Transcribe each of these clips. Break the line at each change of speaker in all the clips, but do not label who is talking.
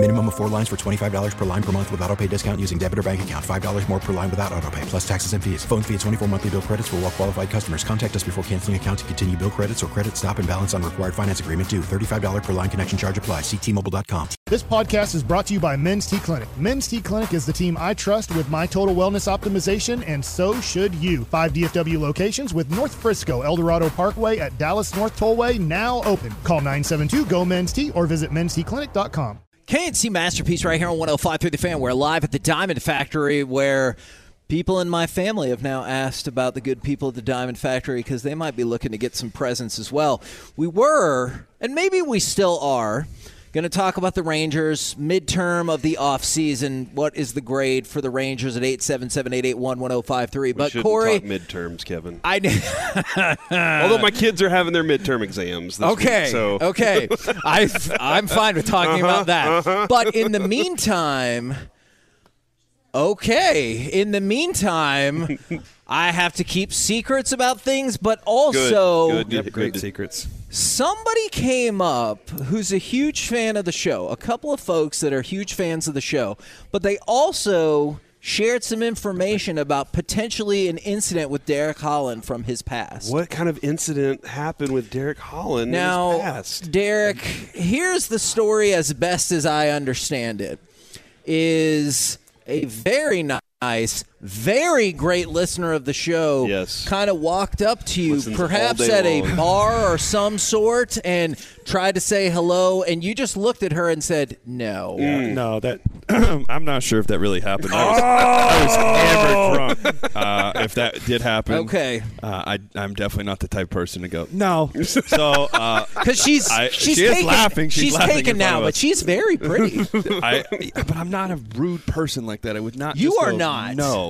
Minimum of four lines for $25 per line per month with auto pay discount using debit or bank account. $5 more per line without auto pay, plus taxes and fees. Phone fee at 24 monthly bill credits for all well qualified customers. Contact us before canceling account to continue bill credits or credit stop and balance on required finance agreement due. $35 per line connection charge apply. Ctmobile.com.
This podcast is brought to you by Men's T Clinic. Men's T Clinic is the team I trust with my total wellness optimization, and so should you. Five DFW locations with North Frisco, Eldorado Parkway at Dallas North Tollway now open. Call 972 GO Men's T or visit mensteclinic.com.
KNC Masterpiece right here on 105 through the fan. We're live at the Diamond Factory where people in my family have now asked about the good people at the Diamond Factory because they might be looking to get some presents as well. We were, and maybe we still are, going to talk about the Rangers midterm of the offseason. What is the grade for the Rangers at 877 881 1053?
We
But
shouldn't
Corey,
talk midterms, Kevin.
I knew.
Although my kids are having their midterm exams. This
Okay.
Week, so
okay. I I'm fine with talking about that.
Uh-huh,
But in the meantime, okay. In the meantime, I have to keep secrets about things, but
good.
also
good, good,
Great
good.
secrets.
somebody came up who's a huge fan of the show. A couple of folks that are huge fans of the show, but they also shared some information about potentially an incident with Derek Holland from his past.
What kind of incident happened with Derek Holland in his
Now,
past?
Derek, here's the story as best as I understand it. Is a very nice, very great listener of the show.
Yes.
Kind of walked up to you,
Listens all
perhaps
day
at a
long.
bar or some sort, and tried to say hello, and you just looked at her and said, no.
No, that I'm not sure if that really happened. I was,
Oh!
I was hammered drunk. Uh, if that did happen,
Okay.
Uh, I, I'm definitely not the type of person to go no. So uh,
Because she's
I-
she's
she is
taken,
laughing. She's laughing in
taken
front
now,
of
but
us.
she's very pretty.
I, but I'm not a rude person like that. I would not.
You
just
are
go,
not.
No.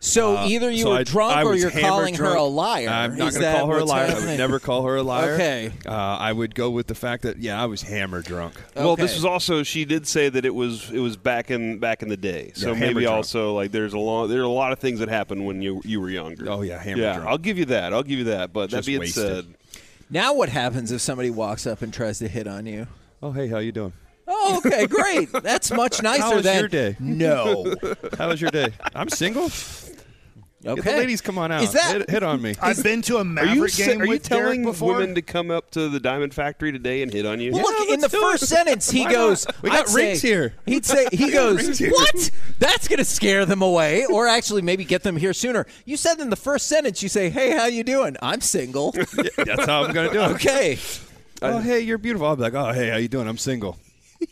So
Uh,
either you
so
were
I-
drunk
I
or
was
you're
hammered
calling her
drunk.
a liar.
I'm not
Is
going to
that
call her a
what's
liar. I
happening?
would never call her a liar.
Okay.
Uh, I would go with the fact that yeah, I was hammer drunk.
Well, this
Okay.
was also she did say that it was it was back in back in the day. So
Yeah, hammer
maybe
drunk.
also like there's a lot there are a lot of things that happened when you you were younger.
Oh, yeah, hammer
yeah.
drunk.
I'll give you that. I'll give you that. But
Just
that being
wasted.
said,
Now what happens if somebody walks up and tries to hit on you?
Oh hey, how you doing?
Oh, okay, great. That's much nicer
was
than
your day?
No.
How was your day? I'm single.
Okay.
Get the ladies, come on out.
Is that
hit, hit on me?
I've been to a
are you
Maverick
sa-
game
are you
with Derek
telling
before.
women to come up to the Diamond Factory today and hit on you?
Well, look
Yeah,
in the
let's do
first
it.
sentence. He
Why
goes,
not? We got
I'd say-
rings here.
He'd say, he
rings
goes,
here.
what? That's gonna scare them away, or actually maybe get them here sooner. You said in the first sentence, you say, hey, how you doing? I'm single.
That's how I'm gonna do it.
Okay.
Oh hey, you're beautiful. I'll be like, oh hey, how you doing? I'm single.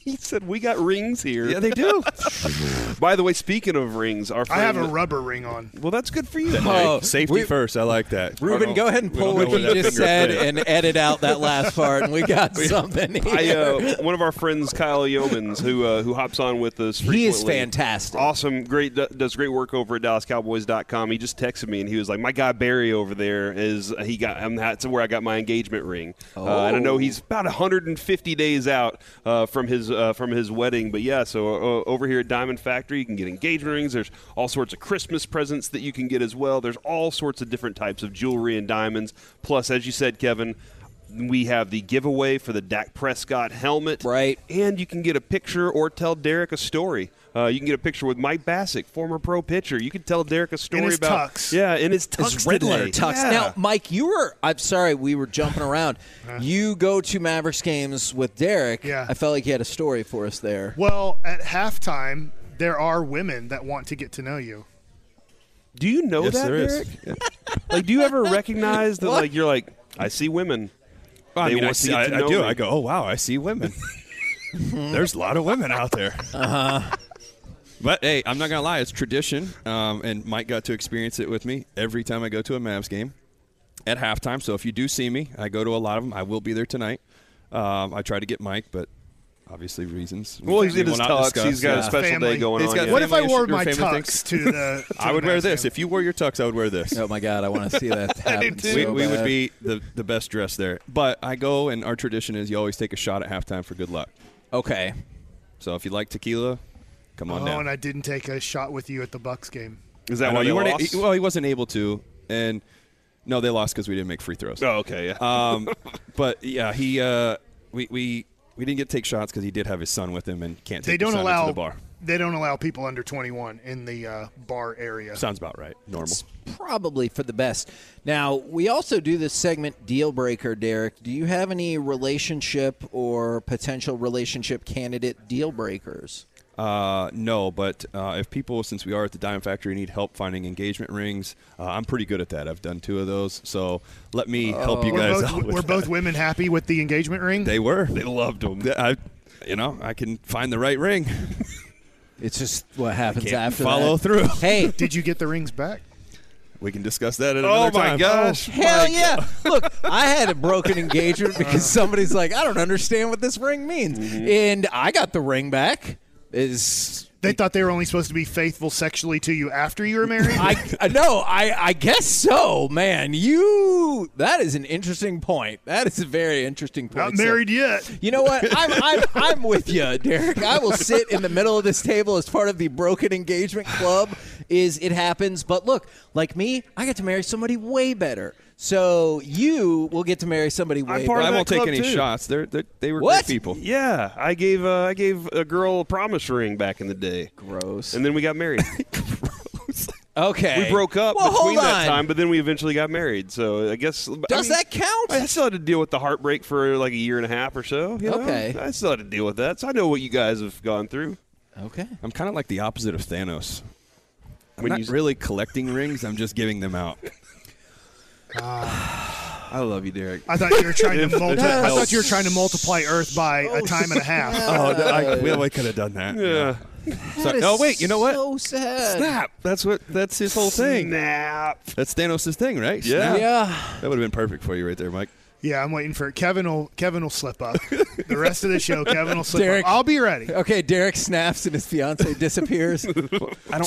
he said we got rings here.
Yeah, they do.
By the way, speaking of rings, our
I
friend,
have a rubber ring on.
well, that's good for you. Mike.
Oh,
Safety
we-
first. I like that.
Ruben, go ahead and
We don't
pull
know
what
where
he
that
just
finger
said
fit.
and edit out that last part, and we got something here.
I, uh, one of our friends, Kyle Yeomans, who uh, who hops on with us. Frequently,
He is fantastic.
Awesome, great, d- does great work over at DallasCowboys.com. He just texted me and he was like, "My guy Barry over there is he got I'm that's where I got my engagement ring, uh, and I know he's about 150 days out uh, from his uh, from his wedding, but yeah, so uh, over here at Diamond Factory, you can get engagement rings. There's all sorts of Christmas presents that you can get as well. There's all sorts of different types of jewelry and diamonds. Plus, as you said, Kevin. We have the giveaway for the Dak Prescott helmet.
Right.
And you can get a picture or tell Derek a story. Uh, you can get a picture with Mike Bassick, former pro pitcher. You can tell Derek a story
his
about
tux.
yeah, in his tux
It's Riddler
today.
Tux.
Yeah.
Now, Mike, you were. I'm sorry, we were jumping around. you go to Mavericks games with Derek.
Yeah.
I felt like you had a story for us there.
Well, at halftime, there are women that want to get to know you.
do you know
Yes,
that,
there is.
Derek? Like, do you ever recognize that? Like, you're like, I see women.
I
They
mean, I,
want to
see-
get
I-
to
I
know
do.
me.
I go, oh wow, I see women. There's a lot of women out there. Uh huh.
Uh-huh.
But hey, I'm not gonna lie. It's tradition, um, and Mike got to experience it with me every time I go to a Mavs game at halftime. So if you do see me, I go to a lot of them. I will be there tonight. Um, I try to get Mike, but obviously reasons.
Well, he's
we
in his
will not
tux.
discuss.
He's got a
Yeah.
special
Family.
day going
He's
on.
got
yeah.
What if I
Family
wore
issue- your
my
family
tux
things?
to the? to
I
the
would wear
Mavs
this.
game?
If you wore your tux, I would wear this.
Oh my God, I want to see that
do
happen.
too.
we,
so
we would
bad.
be the, the best dressed there. But I go, and our tradition is you always take a shot at halftime for good luck.
okay.
So if you like tequila, come on
Oh,
down.
and I didn't take a shot with you at the Bucks game.
Is
I
that
know,
why
you
you
weren't.
weren't?
he- well, he wasn't able to, and no, they lost because we didn't make free throws.
oh, okay. Yeah.
Um, but yeah, he uh, we we we didn't get to take shots because he did have his son with him and can't take
They don't
his son
allow
into the bar.
They don't allow people under 21 in the uh, bar area.
Sounds about right. Normal.
Probably for the best. Now, we also do this segment, Deal Breaker, Derek. Do you have any relationship or potential relationship candidate deal breakers?
Uh, no, but uh, if people, since we are at the Diamond Factory, need help finding engagement rings, uh, I'm pretty good at that. I've done two of those, so let me help you
Oh, we're
guys
both,
out. With
were
that.
both women happy with the engagement ring?
They were. They loved them. I, you know, I can find the right ring.
It's just what happens
Can't
after
follow
that.
through.
Hey,
Did you get the rings back?
We can discuss that at
oh
another
my
time.
gosh!
Hell yeah! Look, I had a broken engagement because
Uh-huh.
somebody's like, I don't understand what this ring means,
Mm-hmm.
and I got the ring back. Is
They thought they were only supposed to be faithful sexually to you after you were married.
I uh, no, I I guess so, man. You that is an interesting point. That is a very interesting point.
not
sir.
married yet.
You know what? I'm, I'm, I'm with you, Derek. I will sit in the middle of this table as part of the broken engagement club. Is it happens? But look, like me, I got to marry somebody way better. So you will get to marry somebody way
part
I
better.
of that
won't take
club,
any
too.
shots. They're, they're they were
What?
great people.
Yeah, I gave uh, I gave a girl a promise ring back in the day,
Gross.
and then we got married.
Okay,
we broke up
Well,
between
hold
that
on.
time, but then we eventually got married. So I guess I
Does that count?
I still had to deal with the heartbreak for like a year and a half or so. you know?
Okay.
I still had to deal with that. So I know what you guys have gone through.
Okay.
I'm kind of like the opposite of Thanos. I'm
When
not
you-
really collecting rings. I'm just giving them out. Ah.
I love you, Derek.
I thought you were trying to multi- I
helps.
thought you were trying to multiply Earth by a time and a half.
Oh, no, I, we, I could have done that.
Yeah.
So- oh wait, you know what?
So sad.
Snap. Ah, That's what. That's his whole thing.
Snap.
That's Thanos' thing, right?
Yeah.
Snap.
Yeah.
That would have been perfect for you right there, Mike.
Yeah, I'm waiting for it. Kevin will Kevin will slip up. The rest of the show, Kevin will slip
Derek.
up. I'll be ready.
Okay, Derek snaps and his fiance disappears.
I don't.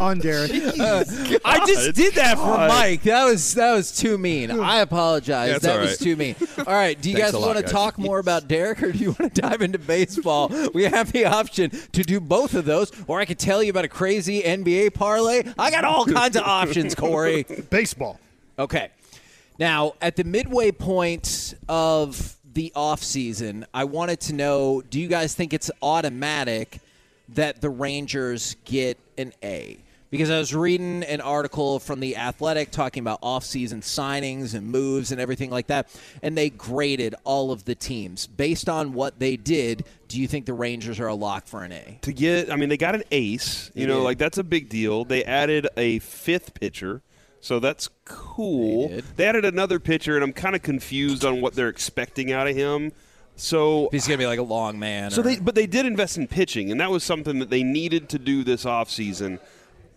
On Derek.
Uh, I just did that for Mike. That was that was too mean. I apologize.
Yeah, it's
that
all
was
right.
too mean. All right. Do you
Thanks
guys
a lot,
want to
guys.
talk more about Derek, or do you want to dive into baseball? We have the option to do both of those, or I could tell you about a crazy NBA parlay. I got all kinds of options, Corey.
Baseball.
Okay. Now, at the midway point of the offseason, I wanted to know do you guys think it's automatic that the Rangers get an A? Because I was reading an article from The Athletic talking about offseason signings and moves and everything like that, and they graded all of the teams. Based on what they did, do you think the Rangers are a lock for an A?
to get I mean they got an ace, you know,
did.
like that's a big deal. They added a fifth pitcher. So that's cool.
They
They,
did.
added another pitcher and I'm kind of confused on what they're expecting out of him. So
He's going to be like a long man.
so
or-
they but they did invest in pitching and that was something that they needed to do this offseason.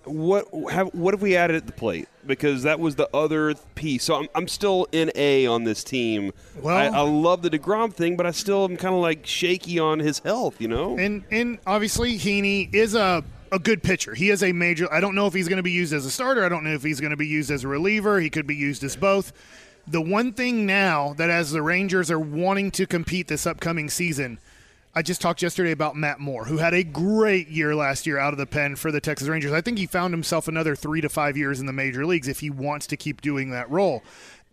What have what have we added at the plate? Because that was the other piece. So I'm, I'm still in A on this team.
Well-
I, I love the Degrom thing, but I still am kind of like shaky on his health. You know,
And and obviously Heaney is a a good pitcher. He is a major. I don't know if he's going to be used as a starter. I don't know if he's going to be used as a reliever. He could be used as both. The one thing now that as the Rangers are wanting to compete this upcoming season, I just talked yesterday about Matt Moore, who had a great year last year out of the pen for the Texas Rangers. I think he found himself another 3 to 5 years in the major leagues if he wants to keep doing that role.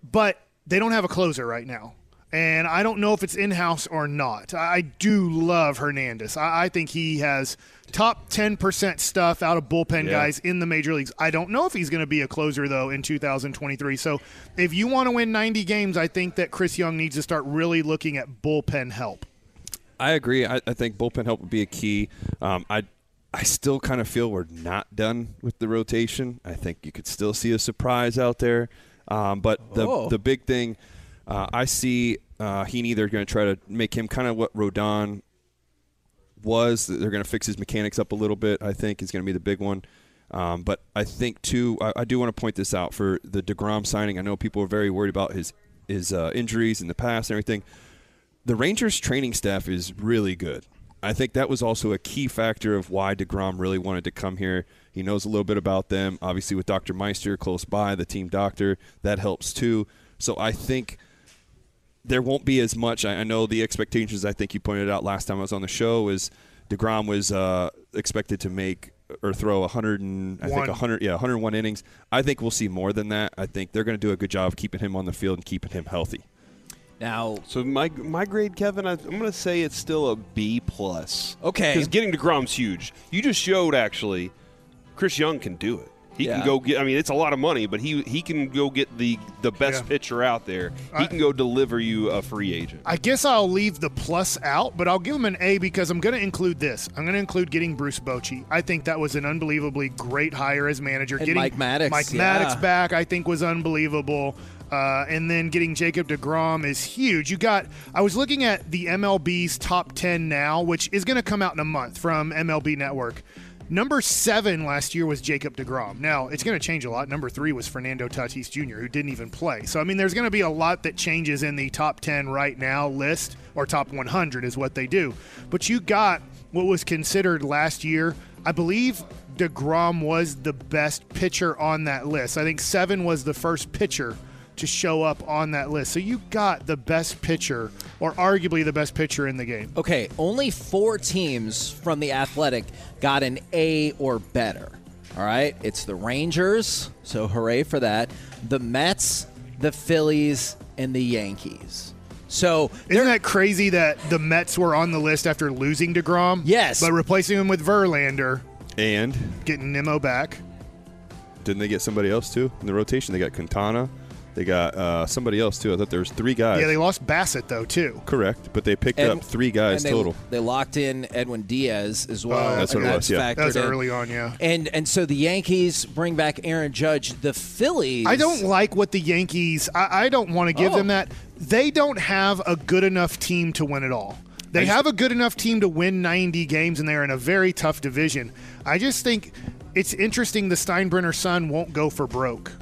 But they don't have a closer right now and I don't know if it's in house or not. I I do love Hernandez. I, I think he has top 10% stuff out of bullpen guys in the major leagues. I don't know if he's going to be a closer, though, in 2023. So if you want to win 90 games, I think that Chris Young needs to start really looking at bullpen help.
I agree. I, I think bullpen help would be a key. Um, I I still kind of feel we're not done with the rotation. I think you could still see a surprise out there. Um, but the
Oh.
the big thing uh, I see uh, Heaney, they're going to try to make him kind of what Rodon was. They're going to fix his mechanics up a little bit. I think is going to be the big one. Um, but I think too, I, I do want to point this out for the Degrom signing. I know people are very worried about his his uh, injuries in the past and everything. The Rangers training staff is really good. I think that was also a key factor of why DeGrom really wanted to come here. He knows a little bit about them. Obviously, with Dr. Meister close by, the team doctor, that helps too. So I think there won't be as much. I, I know the expectations. I think you pointed out last time I was on the show is Degrom was uh, expected to make or throw 100 and I
One.
think 100 yeah 101 innings. I think we'll see more than that. I think they're going to do a good job of keeping him on the field and keeping him healthy.
Now,
So my my grade, Kevin, I, I'm going to say it's still a B plus.
Okay.
Because getting to Grom's huge. You just showed actually, Chris Young can do it. He
Yeah.
can go get. I mean, it's a lot of money, but he he can go get the the best
Yeah.
pitcher out there. He can go deliver you a free agent.
I guess I'll leave the plus out, but I'll give him an A because I'm going to include this. I'm going to include getting Bruce Bochy. I think that was an unbelievably great hire as manager.
And
getting
Mike Maddox,
Mike
yeah.
Maddox back, I think, was unbelievable. Uh, and then getting Jacob DeGrom is huge. You got, I was looking at the MLB's top 10 now, which is going to come out in a month from MLB Network. Number seven last year was Jacob DeGrom. Now, it's going to change a lot. Number three was Fernando Tatis Jr., who didn't even play. So, I mean, there's going to be a lot that changes in the top 10 right now list, or top 100 is what they do. But you got what was considered last year. I believe DeGrom was the best pitcher on that list. I think seven was the first pitcher to show up on that list. So you got the best pitcher, or arguably the best pitcher in the game.
okay, only four teams from the Athletic got an A or better. All right, it's the Rangers, so hooray for that. The Mets, the Phillies, and the Yankees. So
Isn't that crazy that the Mets were on the list after losing DeGrom?
Yes.
But replacing him with Verlander,
And
getting Nemo back.
didn't they get somebody else too in the rotation? They got Quintana, they got uh, somebody else too. I thought there was three guys.
Yeah, they lost Bassett, though, too.
Correct, but they picked
Ed-
up three guys
and they,
total.
They locked in Edwin Diaz as well.
Oh, That's
what it was, yeah.
factored
That was
in.
early on, yeah.
And and so the Yankees bring back Aaron Judge. The Phillies.
I don't like what the Yankees. I, I don't want to give
Oh.
them that. They don't have a good enough team to win it all. They have a good enough team to win 90 games, and they're in a very tough division. I just think it's interesting the Steinbrenner son won't go for broke.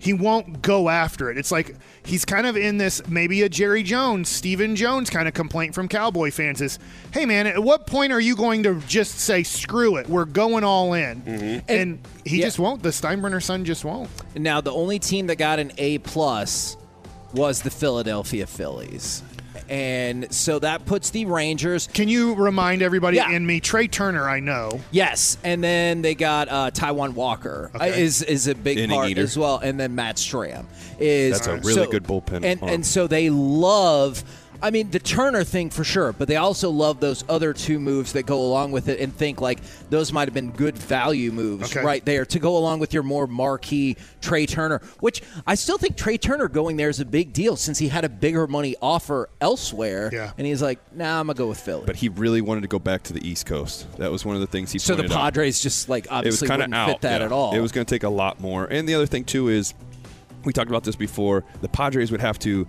He won't go after it. It's like he's kind of in this maybe a Jerry Jones, Stephen Jones kind of complaint from Cowboy fans is, hey man, at what point are you going to just say screw it? We're going all in, and, he
Mm-hmm. yeah.
just won't. The Steinbrenner son just won't.
Now the only team that got an A plus was the Philadelphia Phillies, and so that puts the Rangers.
Can you remind everybody
Yeah.
and me? Trey Turner, I know.
Yes, and then they got uh, Taiwan Walker uh,
Okay.
is is a big
Inning
part
eater.
as well, and then Matt Stram is
That's a really good bullpen
and
arm.
and so they love. I mean the Turner thing for sure, but they also love those other two moves that go along with it, and think like those might have been good value moves
Okay.
right there to go along with your more marquee Trey Turner, which I still think Trey Turner going there is a big deal since he had a bigger money offer elsewhere,
Yeah.
and he's like, nah, I'm gonna go with Philly.
But he really wanted to go back to the East Coast. That was one of the things he.
so the
pointed out.
Padres just like
it was
obviously
kind of
wouldn't
out
fit that
yeah.
at all.
It was going to take a lot more. And the other thing too is, we talked about this before. The Padres would have to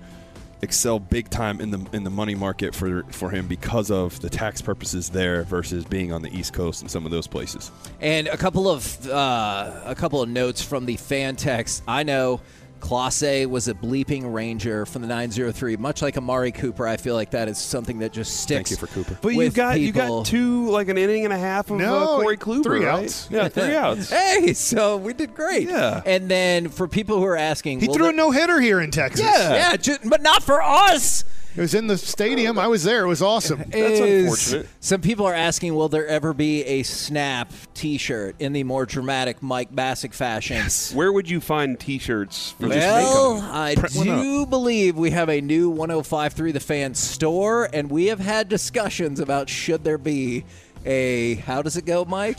excel big time in the in the money market for for him because of the tax purposes there versus being on the East Coast and some of those places.
And a couple of uh, a couple of notes from the fan text. I know Classe was a bleeping ranger from the 903, much like Amari Cooper. I feel like that is something that just sticks.
Thank you for Cooper.
But you
with
got you
people.
got two like an inning and a half of
No,
uh, Corey Kluber,
three
right?
outs.
Yeah, three outs.
Hey, so we did great.
Yeah.
And then for people who are asking,
He
will
threw
the-
a no hitter here in Texas.
Yeah, yeah, ju- but not for us.
It was in the stadium. I was there. It was awesome.
That's
is-
unfortunate.
Some people are asking, will there ever be a snap T-shirt in the more dramatic Mike Bassick fashion?
Where would you find T-shirts for this?
Well,
makeup?
I
Print one
do believe we have a new 1053 The Fan store, and we have had discussions about should there be a, how does it go, Mike?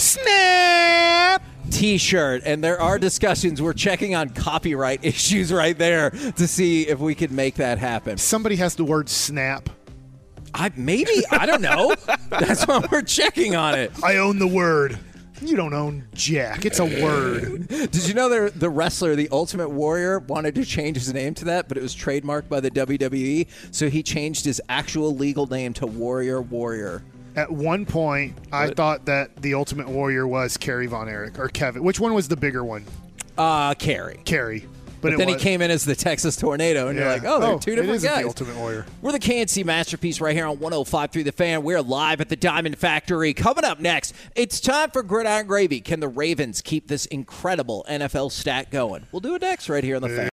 Snap! T shirt. And there are discussions. We're checking on copyright issues right there to see if we could make that happen.
Somebody has the word snap.
I Maybe, I don't know. That's why we're checking on it.
I own the word. You don't own Jack. It's a word.
Did you know the, the wrestler, the Ultimate Warrior, wanted to change his name to that, but it was trademarked by the WWE, so he changed his actual legal name to Warrior Warrior.
At one point, I thought that the Ultimate Warrior was Kerry Von Erich or Kevin. Which one was the bigger one?
Uh, Carey.
Kerry. But,
But
it
then he
was-
came in as the Texas Tornado, and
Yeah.
you're like, oh, they're
Oh,
two
it
different
is the
guys.
Ultimate Warrior.
We're the KNC Masterpiece right here on 105 Through the Fan. We're live at the Diamond Factory. Coming up next, it's time for Gridiron Gravy. Can the Ravens keep this incredible NFL stat going? We'll do it next right here on the fan.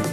and